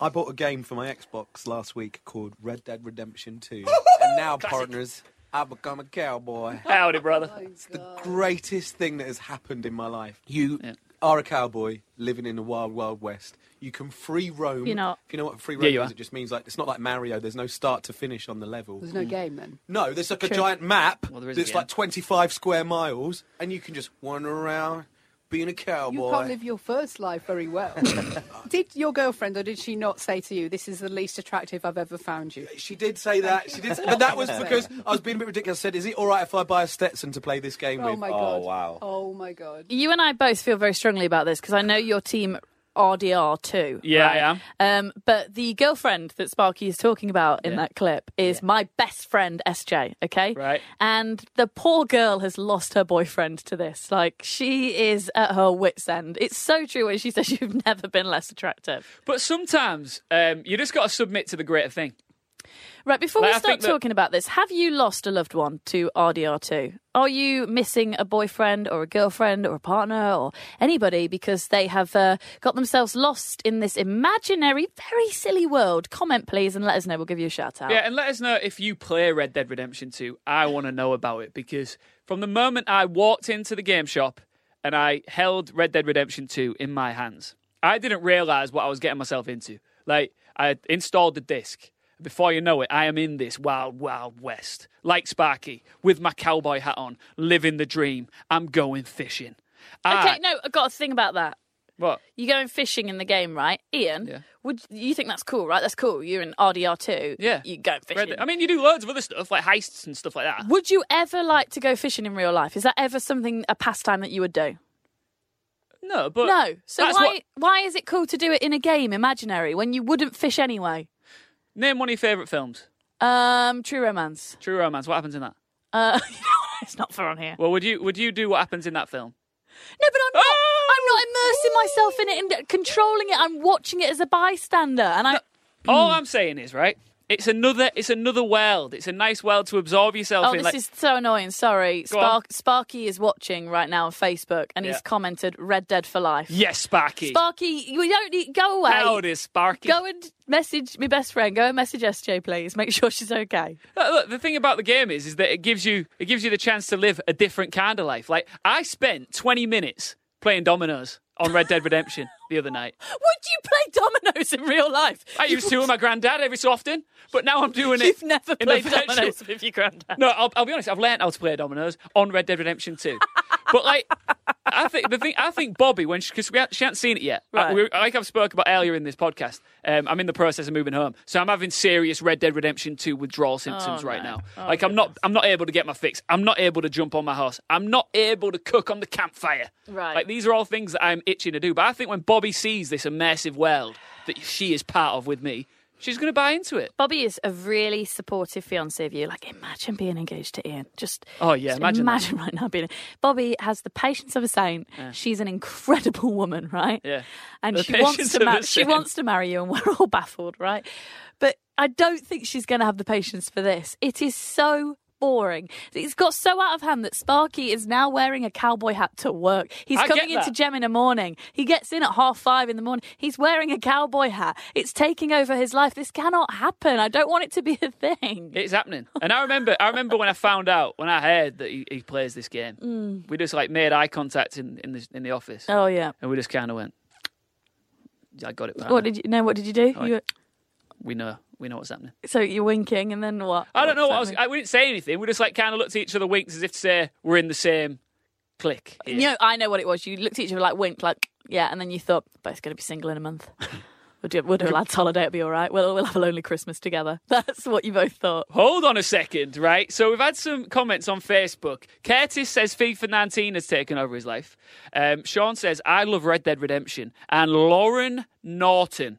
S5: I bought a game for my Xbox last week called Red Dead Redemption
S2: <laughs>
S5: 2, and now, partners, I've become a cowboy.
S2: Howdy, brother.
S5: It's the greatest thing that has happened in my life. You
S2: Yeah.
S5: are a cowboy living in the wild, wild west. You can free roam.
S1: You're not.
S5: If you know what free roam
S2: Yeah, you
S5: is,
S2: are.
S5: it just means like it's not like Mario. There's no start to finish on the level.
S6: There's no game then.
S5: No, there's like a giant map
S2: Well, there is a
S5: that's
S2: game.
S5: like 25 square miles, and you can just wander around being a
S6: You
S5: cowboy.
S6: can't live your first life very well. did your girlfriend or did she not say to you, "This is the least attractive I've ever found you"?
S5: She did say that. She did, say, but that
S6: <laughs>
S5: was because I was being a bit ridiculous. I said, "Is it all right if I buy a Stetson to play this game
S6: Oh
S5: with?"
S6: my
S5: Oh,
S6: god!
S7: wow.
S6: Oh my god!
S1: You and I both feel very strongly about this because I know your team RDR too.
S2: Yeah,
S1: right?
S2: I
S1: Um, but the girlfriend that Sparky is talking about in
S2: Yeah.
S1: that clip is my best friend SJ. Okay,
S2: Right.
S1: And the poor girl has lost her boyfriend to this. Like she is at her wits' end. It's so true when she says <laughs> you've never been less attractive.
S2: But sometimes um, you just got to submit to the greater thing.
S1: Right. Before
S2: Like, I
S1: we start
S2: think that-
S1: talking about this, have you lost a loved one to RDR two? Are you missing a boyfriend or a girlfriend or a partner or anybody because they have uh, got themselves lost in this imaginary, very silly world? Comment please and let us know. We'll give you a shout out.
S2: Yeah, and let us know if you play Red Dead Redemption 2. I want to know about it because from the moment I walked into the game shop and I held Red Dead Redemption 2 in my hands, I didn't realize what I was getting myself into. Like, I installed the disc. Before you know it, I am in this wild, wild west, like Sparky, with my cowboy hat on, living the dream. I'm going fishing. I-
S1: Okay, no, I've got a thing about that.
S2: What?
S1: You're going fishing in the game, right? Ian,
S2: Yeah.
S1: would you think that's cool, right? That's cool. You're in RDR2.
S2: Yeah.
S1: You go
S2: Red
S1: fishing.
S2: Dead- I mean, you do loads of other stuff, like heists and stuff like that.
S1: would you ever like to go fishing in real life? Is that ever something, a pastime that you would do?
S2: No, but.
S1: No. So why
S2: that's what-
S1: why is it cool to do it in a game, imaginary, when you wouldn't fish anyway?
S2: Name one of your favourite films
S1: Um, True Romance.
S2: True Romance. What happens in that?
S1: Uh, <laughs> it's not far on here.
S2: Well, would you would you do what happens in that film?
S1: No, but I'm not.
S2: Ah!
S1: I'm not immersing myself in it and controlling it. I'm watching it as a bystander, and I.
S2: All I'm saying is, right? It's another it's another world. It's a nice world to absorb yourself
S1: Oh,
S2: in.
S1: this
S2: like,
S1: is so annoying. Sorry.
S2: Go on.
S1: Spark, Sparky is watching right now on Facebook and
S2: Yeah.
S1: he's commented Red Dead for Life.
S2: yes, Sparky.
S1: Sparky, you don't need, go away.
S2: How it is, Sparky.
S1: Go and message my best friend. Go and message SJ, please. Make sure she's okay.
S2: Look, Uh, look, the thing about the game is, is that it gives you it gives you the chance to live a different kind of life. Like I spent 20 minutes playing dominoes on Red Dead Redemption the other night.
S1: Would you play dominoes in real life?
S2: I used to with my granddad every so often, but now I'm doing it.
S1: You've never
S2: in the
S1: played
S2: virtual-
S1: dominoes with your granddad.
S2: No, I'll, I'll be honest. I've learned how to play dominoes on Red Dead Redemption 2. but like, I think the thing I think Bobby when she because she hasn't seen it yet.
S1: Right.
S2: I- we- like I've spoke about earlier in this podcast, um, I'm in the process of moving home, so I'm having serious Red Dead Redemption 2 withdrawal symptoms right
S1: Oh, no. Oh,
S2: now. like I'm not I'm not able to get my fix. I'm not able to jump on my horse. I'm not able to cook on the campfire.
S1: Right.
S2: Like these are all things that I'm itching to do. But I think when Bobby sees this immersive world that she is part of with me, she's going to buy into it.
S1: Bobby is a really supportive fiance of you. Like, imagine being engaged to Ian. Just
S2: Oh, yeah,
S1: just
S2: imagine that.
S1: imagine right now being. <laughs> Bobby has the patience of a saint. She's an incredible woman, right?
S2: Yeah.
S1: and
S2: The
S1: she wants
S2: patience
S1: to
S2: of a
S1: mar- she
S2: saint.
S1: wants to marry you, and we're all baffled, right? But I don't think she's going to have the patience for this. It is so. Boring. It's got so out of hand that Sparky is now wearing a cowboy hat to work. He's
S2: I get
S1: coming into
S2: that.
S1: Gem in the morning. He gets in at half five in the morning. He's wearing a cowboy hat. It's taking over his life. This cannot happen. I don't want it to be a thing.
S2: It's happening.
S1: <laughs>
S2: And I remember I remember when I found out, when I heard that he, he plays this game, we just like made eye contact in, in, the, in the office.
S1: Mm. oh yeah.
S2: And we just kind of went, I got it. partner.
S1: What did you know? What did you do?
S2: Oh,
S1: You were-
S2: we know. We know what's happening.
S1: so you're winking, and then what?
S2: I don't know what I
S1: What's
S2: was. I, we didn't say anything. We just like kind of looked at each other, winks as if to say we're in the same clique.
S1: happening? You know, I know what it was. You looked at each other like wink, like Yeah, and then you thought, but it's going to be single in a
S2: <laughs>
S1: month. We'll do, we'll do a lad's holiday. It'll be all right. We'll, we'll have a lonely Christmas together. <laughs> That's what you both thought.
S2: Hold on a second, right? So we've had some comments on Facebook. Curtis says FIFA 19 has taken over his life. Um, Sean says, I love Red Dead Redemption. And Lauren Norton,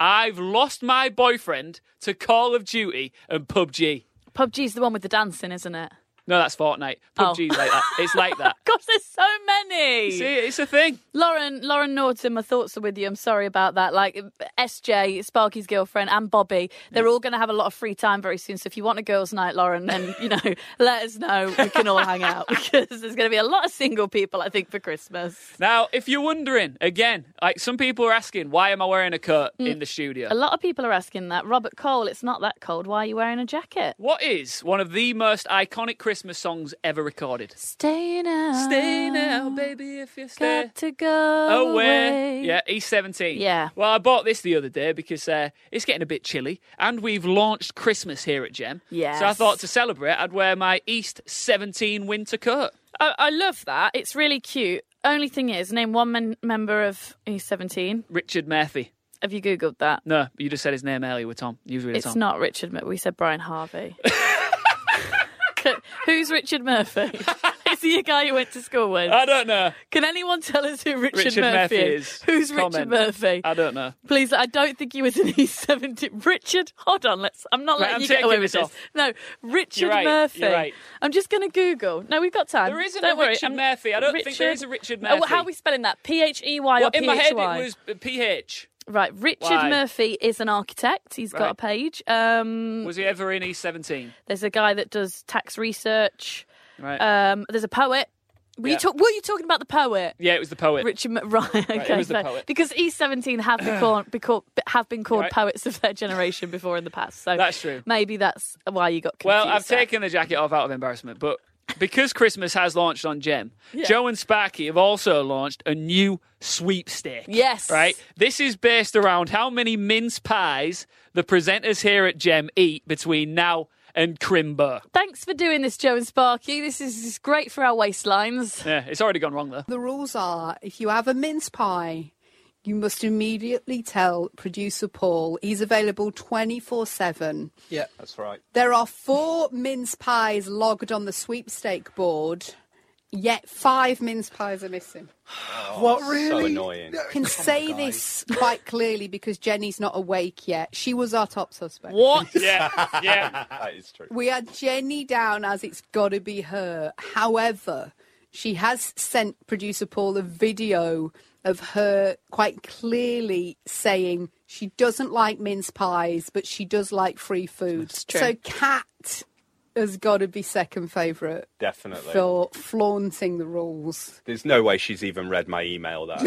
S2: I've lost my boyfriend to Call of Duty and PUBG.
S1: PUBG's the one with the dancing, isn't it?
S2: No, that's Fortnite.
S1: Oh.
S2: PUBG's like that. It's
S1: <laughs>
S2: like that.
S1: Gosh, there's so many.
S2: See, it's a thing.
S1: Lauren, Lauren Norton, my thoughts are with you. I'm sorry about that. Like SJ, Sparky's girlfriend, and Bobby, they're all going to have a lot of free time very soon. So if you want a girls' night, Lauren, then you know, <laughs> let us know. We can all hang out <laughs> because there's going to be a lot of single people, I think, for Christmas.
S2: Now, if you're wondering, again, like some people are asking, why am I wearing a coat in the studio?
S1: Mm. A lot of people are asking that. Robert Cole, it's not that cold. Why are you wearing a jacket?
S2: What is one of the most iconic Christmas songs ever recorded?
S1: Stay now.
S2: Stay now, baby, if you stay.
S1: Got to go
S2: away.
S1: away.
S2: Yeah, he's 17.
S1: Yeah.
S2: Well, I bought this the other day because uh, it's getting a bit chilly and we've launched Christmas here at Gem.
S1: Yes.
S2: So I thought to celebrate, I'd wear my East 17 winter coat.
S1: I, I love that. It's really cute. Only thing is, name one men- member of E17.
S2: Richard Murphy.
S1: Have you Googled that?
S2: No, you just said his name earlier with Tom. Usually
S1: It's
S2: Tom.
S1: not Richard Murphy. We said Brian
S2: <laughs>
S1: Harvey. Who's Richard
S2: <laughs>
S1: Murphy? Is he a guy you went to school with?
S2: I don't know.
S1: Can anyone tell us who Richard,
S2: Uh, Richard
S1: Murphy
S2: Murphy
S1: is?
S2: is.
S1: Who's Richard
S2: Comment. Uh,
S1: Murphy?
S2: I don't know.
S1: Please, I don't think he was in East 70. Richard, hold on, let's. I'm not
S2: Right,
S1: letting
S2: I'm
S1: you get away
S2: taking
S1: with
S2: this off.
S1: this. No, Richard
S2: You're right,
S1: Murphy.
S2: you're right.
S1: I'm just going to Google. No, we've got time.
S2: There isn't
S1: don't
S2: a
S1: worry.
S2: Richard
S1: I'm-
S2: Murphy. I don't think there
S1: Richard-
S2: is a Richard
S1: Oh,
S2: Murphy.
S1: how are we spelling that? P H E Y
S2: Well,
S1: or
S2: in
S1: P
S2: my head,
S1: H
S2: it
S1: Y?
S2: was uh, PH.
S1: Right, Richard
S2: Why?
S1: Murphy is an architect. He's got a
S2: Right.
S1: page. Um,
S2: Was he ever in East 17?
S1: There's a guy that does tax research.
S2: Right.
S1: Um, there's a poet. Were, you
S2: Yeah.
S1: talk- were you talking about the poet?
S2: yeah, it was the poet.
S1: Richard M- <laughs> right, okay,
S2: was the
S1: no.
S2: poet.
S1: because E17 have been
S2: <clears throat>
S1: called, be called have been called
S2: Right.
S1: poets of their generation before in the past. So
S2: That's true.
S1: Maybe that's why you got confused.
S2: Well, I've
S1: there.
S2: taken the jacket off out of embarrassment, but because Christmas has launched on Gem, Joe and Sparky have also launched a new sweepstake.
S1: Yes.
S2: Right? This is based around how many mince pies the presenters here at Gem eat between now and Crimbo.
S1: Thanks for doing this, Joe and Sparky. This is, is great for our waistlines. <laughs>
S2: Yeah, it's already gone wrong, though.
S6: The rules are if you have a mince pie, you must immediately tell producer Paul he's available 24 7.
S5: Yeah, that's right.
S6: There are four mince pies logged on the sweepstake board, yet five mince pies are missing.
S4: What
S5: So
S4: really?
S5: annoying.
S6: I can say this quite clearly because Jenny's not awake yet. She was our top suspect.
S2: What? <laughs> yeah, yeah.
S5: That is true.
S6: We had Jenny down as it's got to be her. However, she has sent producer Paul a video of her quite clearly saying she doesn't like mince pies, but she does like free food.
S1: true.
S6: So Cat has got to be second favourite
S7: Definitely.
S6: for flaunting the rules.
S7: There's no way she's even read my email that.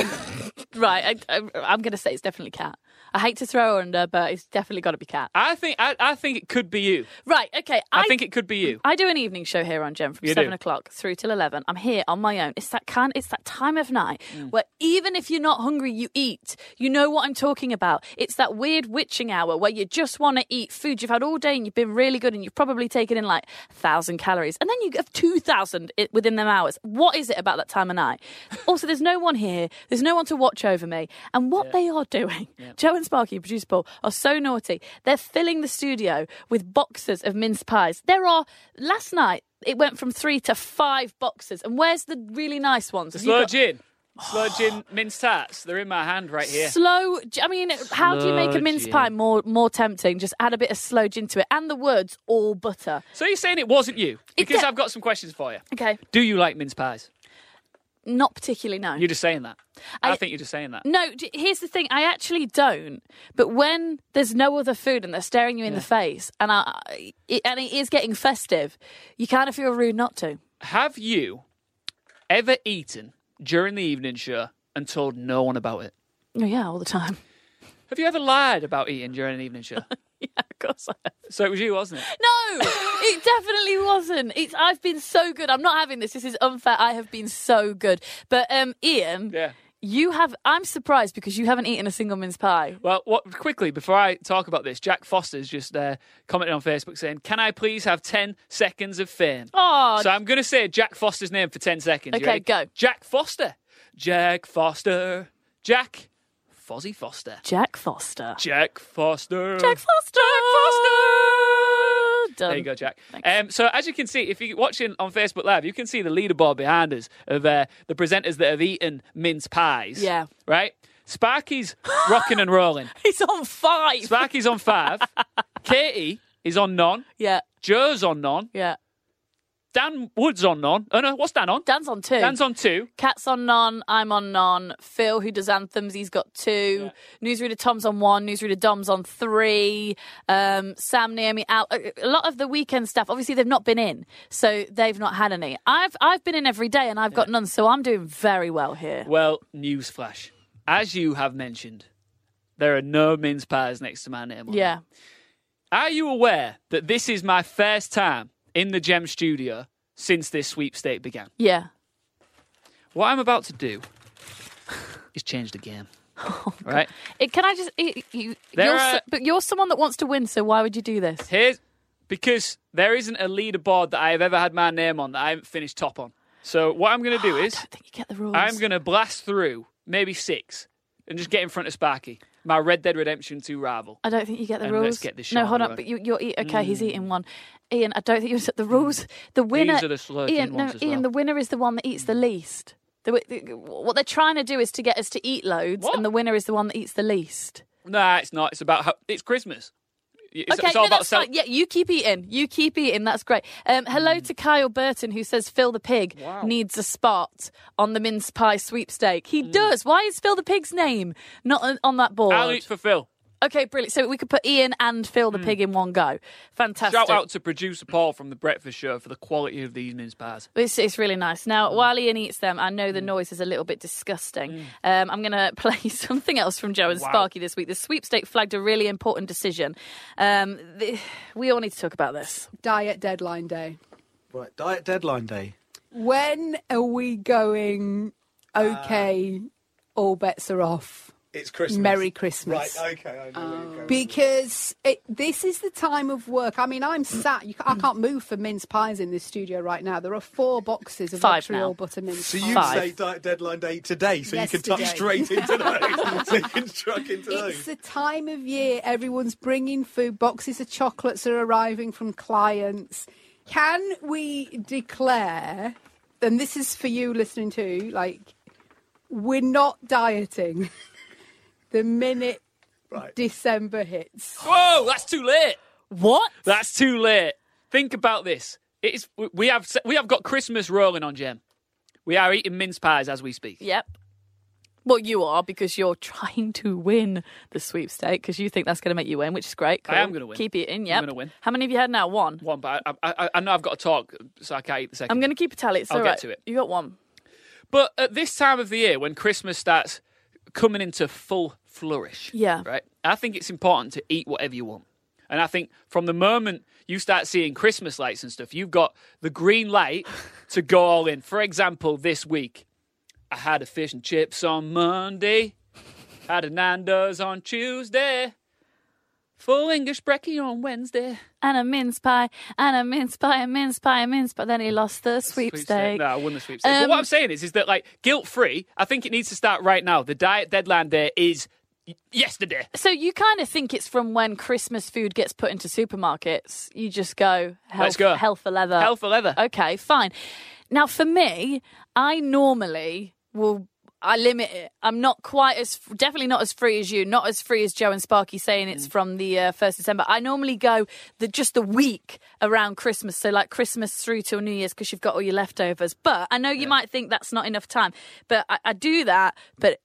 S1: Right, I, I, am going to say it's definitely Cat. I hate to throw her under, but it's definitely got to be Cat.
S2: I think I, I think it could be you.
S1: Right, okay.
S2: I, think it could be you.
S1: I do an evening show here on Gem from
S2: You do.
S1: seven o'clock through till eleven. I'm here on my own. It's that kind. It's that time of night
S2: Mm.
S1: where even if you're not hungry, you eat. You know what I'm talking about. It's that weird witching hour where you just want to eat food you've had all day and you've been really good and you've probably taken in like thousand calories and then you have two thousand within them hours. What is it about that time of night? also, there's no one here. There's no one to watch over me. And what they are doing, Joe and Sparky, producer Paul, are so naughty. They're filling the studio with boxes of mince pies. There are last night. It went from three to five boxes. And where's the really nice ones? Have you
S2: Slow
S1: got-
S2: <gasps> gin. Slow gin mince tarts. They're in my hand right here.
S1: Slow. I mean, how do you make a
S2: Slow
S1: mince
S2: gin.
S1: pie more more tempting? Just add a bit of slow gin to it, and the words all butter.
S2: So you're saying it wasn't you?
S1: It's
S2: Because
S1: a-
S2: I've got some questions for you.
S1: Okay,
S2: Do you like mince pies?
S1: not particularly. No,
S2: You're just saying that. I,
S1: I-
S2: think you're just saying that.
S1: No, d- here's the thing. I actually don't. But when there's no other food and they're staring you in the face, and I, it, and it is getting festive, you kind of feel rude not to.
S2: Have you ever eaten during the evening show and told no one about it?
S1: Oh yeah, all the time. <laughs>
S2: Have you ever lied about eating during an evening show?
S1: yeah, of course. I have.
S2: so it was you, wasn't it?
S1: No,
S2: <laughs>
S1: it definitely wasn't. It's I've been so good. I'm not having this. This is unfair. I have been so good. But um, Ian,
S2: Yeah.
S1: you have. I'm surprised because you haven't eaten a single mince pie.
S2: Well, what, quickly, before I talk about this, Jack Foster's just uh, commented on Facebook saying, Can I please have 10 seconds of fame?
S1: Oh,
S2: So I'm going to say Jack Foster's name for 10 seconds. You
S1: Okay,
S2: ready?
S1: go.
S2: Jack Foster. Jack Foster. Jack Fozzie Foster.
S1: Jack Foster.
S2: Jack Foster.
S1: Jack Foster. Jack Foster. Done.
S2: There you go, Jack. Um, so as you can see, if you're watching on Facebook Live, you can see the leaderboard behind us of uh, the presenters that have eaten mince pies.
S1: Yeah.
S2: Right? Sparky's rocking and rolling.
S1: He's on five.
S2: Sparky's on five. Katie is on none.
S1: yeah,
S2: Joe's on none.
S1: yeah.
S2: Dan Wood's on none. Oh, no, what's Dan on?
S1: Dan's on two.
S2: Dan's on two.
S1: Cat's on none. I'm on none. Phil, who does anthems, he's got two. Newsreader Tom's on one. Newsreader Dom's on three. Um, Sam, Naomi, Al. A a lot of the weekend staff, obviously, they've not been in, so they've not had any. I've I've been in every day and I've got none, so I'm doing very well here.
S2: Well, newsflash. As you have mentioned, there are no mince pies next to my name. on
S1: Yeah.
S2: Are you aware that this is my first time in the Gem Studio since this sweepstake began?
S1: Yeah.
S2: What I'm about to do <laughs> is change
S1: <laughs>
S2: the game.
S1: Oh,
S2: right?
S1: It, can I just? It, you,
S2: There
S1: you're,
S2: are-
S1: so- but you're someone that wants to win, so why would you do this?
S2: Here's because there isn't a leaderboard that I have ever had my name on that I haven't finished top on. So what I'm going to do is
S1: I think you get the rules.
S2: I'm going to blast through maybe six and just get in front of Sparky, my Red Dead Redemption 2 rival.
S1: I don't think you get the
S2: And
S1: rules.
S2: let's get this
S1: no,
S2: show
S1: hold
S2: on the
S1: on.
S2: road.
S1: But you, you're eat- okay. He's eating one. Ian, I don't think you set the rules. The winner.
S2: are the slow
S1: Ian,
S2: thin
S1: no,
S2: ones as
S1: Ian,
S2: well. Mm.
S1: the winner is the one that eats the least. The, wi- the, what they're trying to do is to get us to eat loads,
S2: What?
S1: and the winner is the one that eats the least.
S2: Nah, it's not. It's about how, it's Christmas. It's,
S1: okay,
S2: it's all
S1: no,
S2: about
S1: that's
S2: self-
S1: fine. Yeah, you keep eating. You keep eating. That's great. Um, hello
S2: Mm.
S1: to Kyle Burton, who says Phil the pig needs a spot on the mince pie sweepstake. He
S2: Mm.
S1: does. Why is Phil the pig's name not on, on that board?
S2: I'll eat for Phil.
S1: Okay, brilliant. So we could put Ian and Phil the pig in one go. Fantastic.
S2: Mm. Shout out to producer Paul from The Breakfast Show for the quality of these mince pies.
S1: It's, it's really nice.
S2: Mm.
S1: Now, while Ian eats them, I know the noise is a little bit disgusting. Um, I'm going to <laughs> play something else from Joe and Sparky this week. The sweepstake flagged a really important decision. Um, th- we all need to talk about this.
S6: Diet deadline day.
S5: Right, diet deadline day.
S6: When are we going? Okay, all bets are off.
S5: It's Christmas.
S6: Merry Christmas. Um,
S5: Right, okay, I know where you're going.
S6: Because it, this is the time of work. I mean, I'm sat. You, ca-
S1: Mm-hmm.
S6: I can't move for mince pies in this studio right now. There are four boxes of
S1: Five
S6: Montreal
S1: now.
S6: butter mince
S5: So you
S1: Five.
S5: say diet deadline day today, so you can
S6: Yesterday.
S5: tuck straight into those. <laughs>
S6: <laughs>
S5: so you can truck into those.
S6: It's the time of year everyone's bringing food. Boxes of chocolates are arriving from clients. Can we declare, and this is for you listening to, like, we're not dieting <laughs> the minute
S5: Right.
S6: December hits?
S2: Whoa, that's too late.
S1: What?
S2: That's too late. Think about this. It is we- we have we have got Christmas rolling on Gem. We are eating mince pies as we speak.
S1: Yep. Well, you are because you're trying to win the sweepstake because you think that's going to make you win, which is great.
S2: I
S1: Cool.
S2: am gonna win.
S1: Keep eating.
S2: I'm
S1: Yep.
S2: gonna win.
S1: How many have you had now? One.
S2: One, but I, I, I know I've got to talk, so I can't eat the 2nd
S1: I'm going to keep a tally. It's
S2: I'll
S1: all
S2: get
S1: right.
S2: to it.
S1: You got one.
S2: But at this time of the year, when Christmas starts coming into full flourish,
S1: Yeah.
S2: right. I think it's important to eat whatever you want, and I think from the moment you start seeing Christmas lights and stuff, you've got the green light to go all in. For example, this week I had a fish and chips on Monday, had a Nando's on Tuesday, full English brekkie on Wednesday.
S1: And a mince pie, and a mince pie, a mince pie, a mince pie. Then he lost the sweepstake.
S2: No, I won the sweepstake. but
S1: Um,
S2: what I'm saying is, is that like guilt free. I think it needs to start right now. The diet deadline day is y- yesterday.
S1: So you kind of think it's from when Christmas food gets put into supermarkets. You just go health,
S2: Let's go.
S1: health for leather.
S2: Hell for leather.
S1: Okay, fine. Now for me, I normally will. I limit it. I'm not quite as definitely not as free as you, not as free as Joe and Sparky saying it's
S2: Mm.
S1: from the uh, first December. I normally go the just the week around Christmas, so like Christmas through till New Year's because you've got all your leftovers. But I know you might think that's not enough time, but I, I do that, but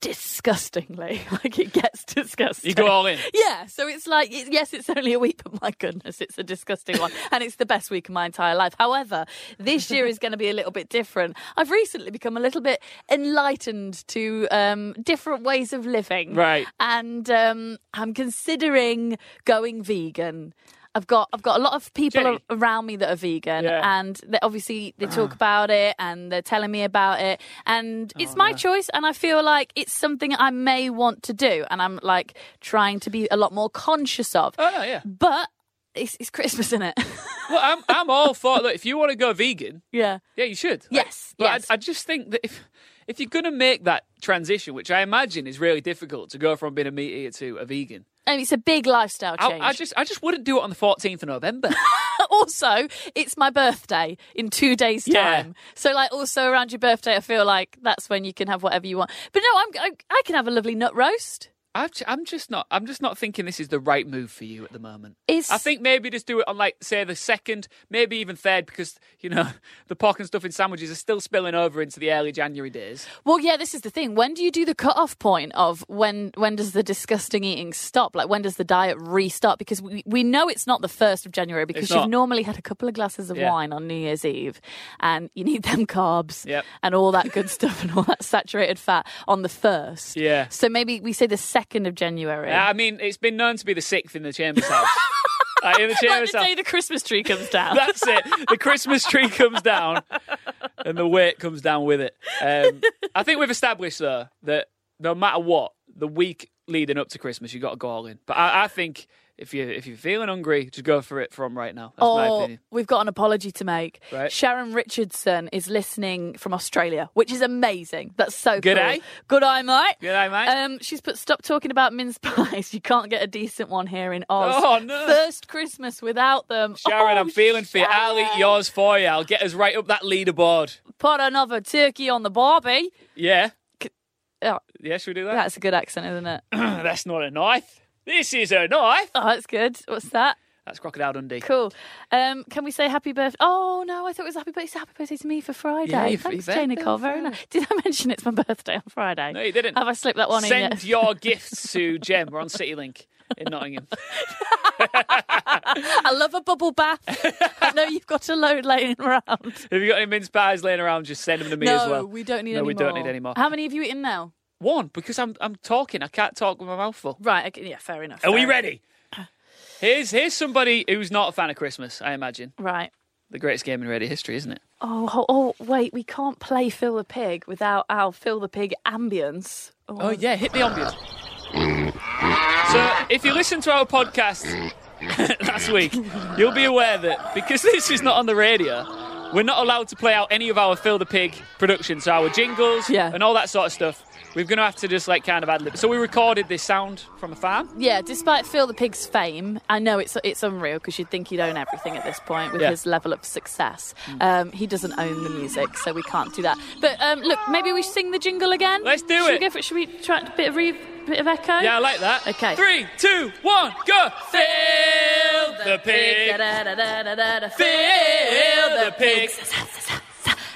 S1: disgustingly, <laughs> like it gets disgusting.
S2: You go
S1: <laughs>
S2: all in.
S1: Yeah, so it's like, it- yes, it's only a week, but my goodness, it's a disgusting
S2: <laughs>
S1: one. And it's the best week of my entire life. However, this year is going to be a little bit different. I've recently become a little bit enlightened to um, different ways of living.
S2: Right.
S1: And um, I'm considering going vegan. I've got I've got a lot of people
S2: Jenny.
S1: a- around me that are vegan,
S2: Yeah.
S1: and they, obviously they
S2: Ah.
S1: talk about it and they're telling me about it, and
S2: Oh,
S1: it's my choice, and I feel like it's something I may want to do, and I'm like trying to be a lot more conscious of.
S2: Oh yeah.
S1: But it's, it's Christmas, isn't it? <laughs>
S2: Well, I'm I'm all for. Look, if you want to go vegan,
S1: yeah.
S2: yeah, you should. Like,
S1: Yes,
S2: But
S1: yes.
S2: I, I just think that if if you're going to make that transition, which I imagine is really difficult to go from being a meat eater to a vegan,
S1: And it's a big lifestyle
S2: I,
S1: change.
S2: I just I just wouldn't do it on the 14th
S1: <laughs>
S2: of November.
S1: also, it's my birthday in two days'
S2: Yeah.
S1: time. So, like, also around your birthday, I feel like that's when you can have whatever you want. But no, I'm, I, I can have a lovely nut roast.
S2: I've, ju- I'm just not I'm just not thinking this is the right move for you at the moment.
S1: It's-
S2: I think maybe just do it on like say the second, maybe even third, because you know <laughs> the pork and stuff in sandwiches are still spilling over into the early January days.
S1: Well, yeah, this is the thing. When do you do the cut-off point of when when does the disgusting eating stop? Like, when does the diet restart? Because we, we know it's not the 1st of January because
S2: It's
S1: you've
S2: not.
S1: normally had a couple of glasses of
S2: Yeah.
S1: wine on New Year's Eve and you need them carbs
S2: Yep.
S1: and all that good stuff and all that saturated fat on the 1st.
S2: Yeah. Ah,
S1: So maybe we say the 2nd of January.
S2: I mean, it's been known to be the sixth in the Chambers house. Like, in the
S1: like
S2: Chambers
S1: the
S2: house. <laughs>
S1: day the Christmas tree comes down.
S2: That's it. The Christmas tree comes down, and the weight comes down with it. Um, I think we've established though that no matter what, the week leading up to Christmas, you got to go all in. But I, I think if you if you're feeling hungry, just go for it from right now. That's my
S1: Oh,
S2: opinion.
S1: we've got an apology to make.
S2: Right.
S1: Sharon Richardson is listening from Australia, which is amazing. That's so
S2: Good
S1: cool.
S2: day.
S1: Good eye, mate.
S2: Good day, mate.
S1: Um, she's put stop talking about mince <laughs> pies. You can't get a decent one here in Oz.
S2: Oh, no.
S1: First Christmas without them.
S2: Sharon,
S1: Oh,
S2: I'm feeling for you. I'll
S1: Sharon.
S2: eat yours for you. I'll get us right up that leaderboard.
S1: Put another turkey on the barbie.
S2: Yeah.
S1: Oh,
S2: Yeah, should we do that?
S1: that's a good accent, isn't it? Oh,
S2: <clears throat> That's not a knife. This is a knife.
S1: that's good. What's that?
S2: That's Crocodile Dundee.
S1: Cool. Um, can we say happy birthday? Oh no, I thought it was happy birthday. It's happy birthday to me for Friday.
S2: Yeah, you-
S1: Thanks,
S2: you-
S1: Jane Nicole. Very nice. Did I mention it's my birthday on Friday?
S2: No, you didn't.
S1: Have I slipped that one in
S2: Send
S1: yet?
S2: your gifts to Jem. We're on CityLink in Nottingham.
S1: <laughs> I love a bubble bath. I know you've got a load laying around.
S2: If you got any mince pies laying around, just send them to me
S1: no,
S2: as well.
S1: we don't need
S2: No,
S1: any
S2: we
S1: more.
S2: don't need any more.
S1: How many have you eaten now?
S2: One, because I'm I'm talking. I can't talk with my mouth full.
S1: Right. Okay, yeah, fair enough.
S2: Are we
S1: fair
S2: ready? Here's here's somebody who's not a fan of Christmas. I imagine
S1: enough. Right.
S2: the greatest game in radio history, isn't it?
S1: Oh, ho- oh, wait. We can't play Phil the Pig without our Phil the Pig ambience.
S2: Oh yeah, hit the ambience. So if you listen to our podcast <laughs> last week, you'll be aware that because this is not on the radio, we're not allowed to play out any of our Phil the Pig productions, so our jingles
S1: Yeah.
S2: and all that sort of stuff. We're going to have to just like kind of ad lib. So we recorded this sound from a farm.
S1: Yeah, despite Phil the Pig's fame, I know it's it's unreal because you'd think he'd own everything at this point with
S2: Yeah. Mm.
S1: his level of success. Um, he doesn't own the music, so we can't do that. But um, look, maybe we sing the jingle again.
S2: Let's do
S1: Should
S2: it.
S1: We go for it? Should we try a bit of re- bit of echo?
S2: Yeah, I like that.
S1: Okay.
S2: Three, two, one, go. Fill the pig. Fill the pig.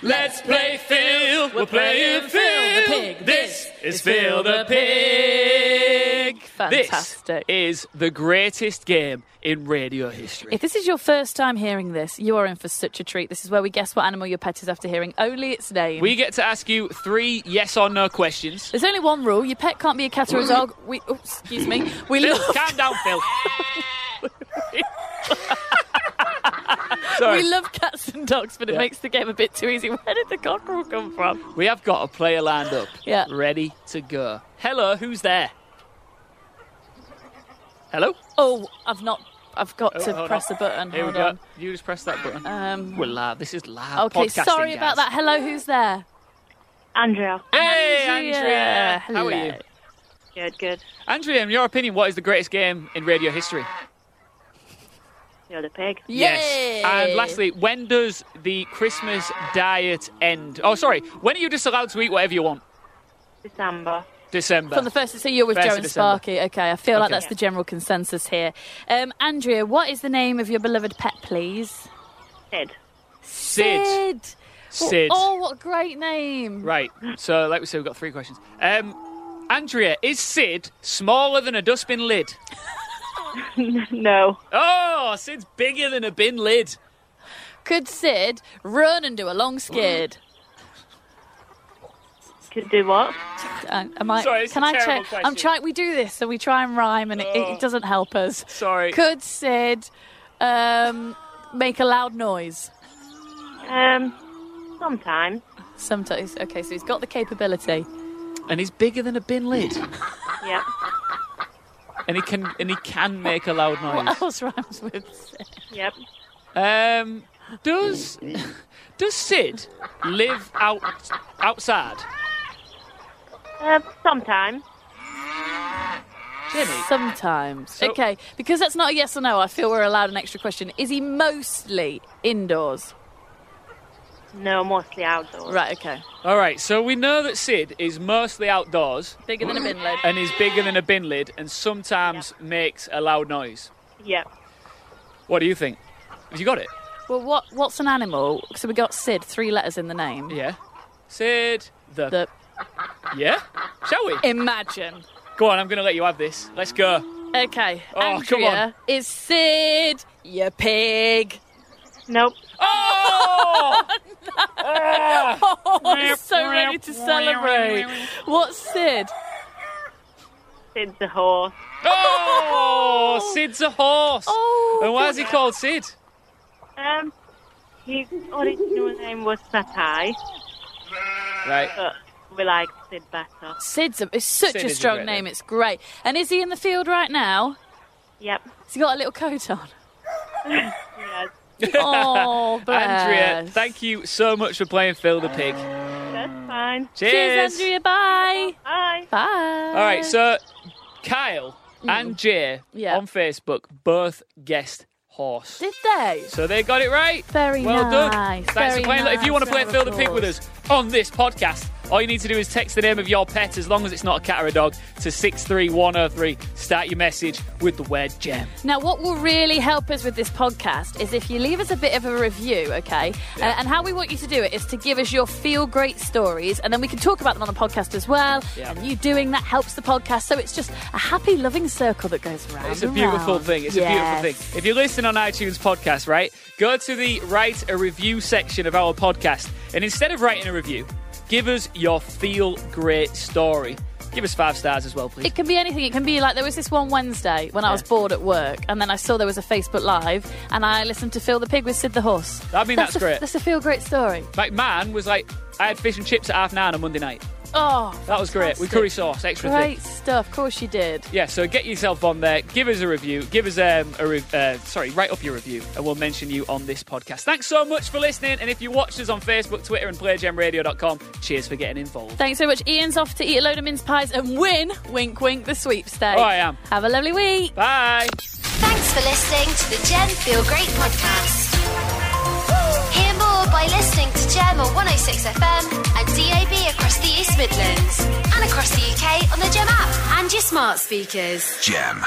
S2: Let's play Phil. We're playing Phil the pig. This is Phil the pig.
S1: Fantastic.
S2: This is the greatest game in radio history.
S1: If this is your first time hearing this, you are in for such a treat. This is where we guess what animal your pet is after hearing only its name.
S2: We get to ask you three yes or no questions.
S1: There's only one rule: your pet can't be a cat or a dog. We, oh, excuse me. We <laughs>
S2: Phil,
S1: love
S2: calm down, Phil. Sorry.
S1: We love cats and dogs, but it makes the game a bit too easy. Where did the cockerel come from?
S2: We have got a player lined up.
S1: Yeah.
S2: Ready to go. Hello, who's there? Hello?
S1: Oh, I've not. I've got
S2: Oh,
S1: to
S2: hold
S1: press
S2: on.
S1: a button.
S2: Here
S1: Hold
S2: we go.
S1: on.
S2: You just press that button.
S1: Um,
S2: We're live. This is live.
S1: okay,
S2: podcasting,
S1: sorry
S2: guys.
S1: about that. Hello, who's there?
S8: Andrea.
S2: Hey,
S1: Andrea.
S2: Andrea. How are
S1: Hello.
S2: you?
S8: Good, good.
S2: Andrea, in your opinion, what is the greatest game in radio history?
S8: You're the pig.
S1: Yay.
S2: Yes. And lastly, when does the Christmas diet end? Oh, sorry. When are you just allowed to eat whatever you want?
S8: December.
S2: December.
S1: From the first, so you're with
S2: First
S1: Joe
S2: of
S1: and
S2: December.
S1: Sparky. Okay, I feel like
S2: Okay.
S1: that's the general consensus here. Um, Andrea, what is the name of your beloved pet, please?
S8: Sid.
S2: Sid.
S1: Sid.
S2: Sid.
S1: Oh, what a great name.
S2: Right. So, like we said, we've got three questions. Um, Andrea, is Sid smaller than a dustbin lid?
S8: No.
S2: Oh, Sid's bigger than a bin lid.
S1: Could Sid run and do a long skid?
S8: Could do what?
S1: Uh, am I,
S2: Sorry, it's
S1: can
S2: a
S1: I
S2: terrible
S1: check?
S2: question.
S1: I'm trying. We do this, so we try and rhyme, and it,
S2: Oh.
S1: it doesn't help us.
S2: Sorry.
S1: Could Sid um, make a loud noise?
S8: Um, sometimes.
S1: Sometimes. Okay, so he's got the capability. <laughs>
S2: And he's bigger than a bin lid.
S8: Yeah.
S2: And he can and he can make a loud noise.
S1: What else rhymes with Sid?
S8: Yep.
S2: Um, does does Sid live out outside?
S8: Uh, sometimes.
S2: Jimmy.
S1: Sometimes.
S2: So-
S1: okay, because that's not a yes or no, I feel we're allowed an extra question. Is he mostly indoors?
S8: No, mostly outdoors.
S1: Right, okay.
S2: All right, so we know that Sid is mostly outdoors
S1: Bigger than a bin lid.
S2: and is bigger than a bin lid and sometimes makes a loud noise.
S8: Yeah.
S2: What do you think? Have you got it?
S1: Well, what what's an animal? So we got Sid, three letters in the name.
S2: Yeah. Sid the.
S1: The
S2: Yeah? Shall we?
S1: imagine.
S2: Go on, I'm going to let you have this. Let's go.
S1: Okay.
S2: Oh, come
S1: Andrea
S2: on.
S1: is Sid, you
S2: <laughs>
S1: pig.
S8: Nope.
S2: Oh!
S1: Oh, I'm <laughs> so ready to celebrate. What's Sid?
S8: Sid's a horse.
S1: <laughs>
S2: oh! Sid's a horse.
S1: Oh,
S2: and why is he called Sid?
S8: Um, his original name was Satai,
S2: Right.
S8: but we like Sid better.
S1: Sid's a, it's such
S2: Sid
S1: a
S2: is a
S1: strong
S2: great
S1: name.
S2: name.
S1: It's great. And is he in the field right now?
S8: Yep.
S1: Has he got a little coat
S2: <laughs>
S1: on?
S8: Yes.
S1: Oh, bless.
S2: Andrea, thank you so much for playing Phil the Pig.
S8: That's fine.
S2: Cheers.
S1: Cheers, Andrea. Bye.
S8: Bye.
S1: Bye.
S2: All right, so Kyle and Jay
S1: Mm. Yeah.
S2: on Facebook both guessed horse.
S1: Did they?
S2: So they got it right.
S1: Very
S2: well done.
S1: nice,
S2: Thanks
S1: very
S2: for playing. Look, If
S1: nice.
S2: you
S1: Oh,
S2: want to play
S1: Round of
S2: Phil the Pig with
S1: applause.
S2: us on this podcast, all you need to do is text the name of your pet, as long as it's not a cat or a dog, to 63103. Start your message with the word gem.
S1: Now, what will really help us with this podcast is if you leave us a bit of a review, okay? Uh, and how we want you to do it is to give us your feel great stories, and then we can talk about them on the podcast as well.
S2: Yeah.
S1: And you doing that helps the podcast. So it's just a happy, loving circle that goes round.
S2: It's a
S1: and
S2: beautiful
S1: round.
S2: thing. It's a
S1: Ah, Yes.
S2: beautiful thing. If you listen on iTunes podcast, right, go to the write a review section of our podcast, and instead of writing a review, give us your feel great story. Give us five stars as well, please.
S1: It can be anything. It can be like there was this one Wednesday when I was bored at work, and then I saw there was a Facebook Live, and I listened to Phil the Pig with Sid the Horse.
S2: I mean, that's
S1: a,
S2: great.
S1: That's a feel great story.
S2: Like man was like, I had fish and chips at half nine on Monday night.
S1: Oh,
S2: That was great with
S1: fantastic.
S2: curry sauce, extra thick.
S1: Great stuff. Of course you did.
S2: Yeah, so get yourself on there. Give us a review. Give us um, a re- uh, sorry, write up your review, and we'll mention you on this podcast. Thanks so much for listening. And if you watched us on Facebook, Twitter, and PlayGemRadio.com, cheers for getting involved.
S1: Thanks so much. Ian's off to eat a load of mince pies and win, wink, wink, the sweepstakes.
S2: Oh, I am.
S1: Have a lovely week.
S2: Bye.
S3: Thanks for listening to the Gem Feel Great podcast. Hear more by listening to Gem on 106FM and DAB across the East Midlands and across the UK on the Gem app and your smart speakers.
S9: Gem.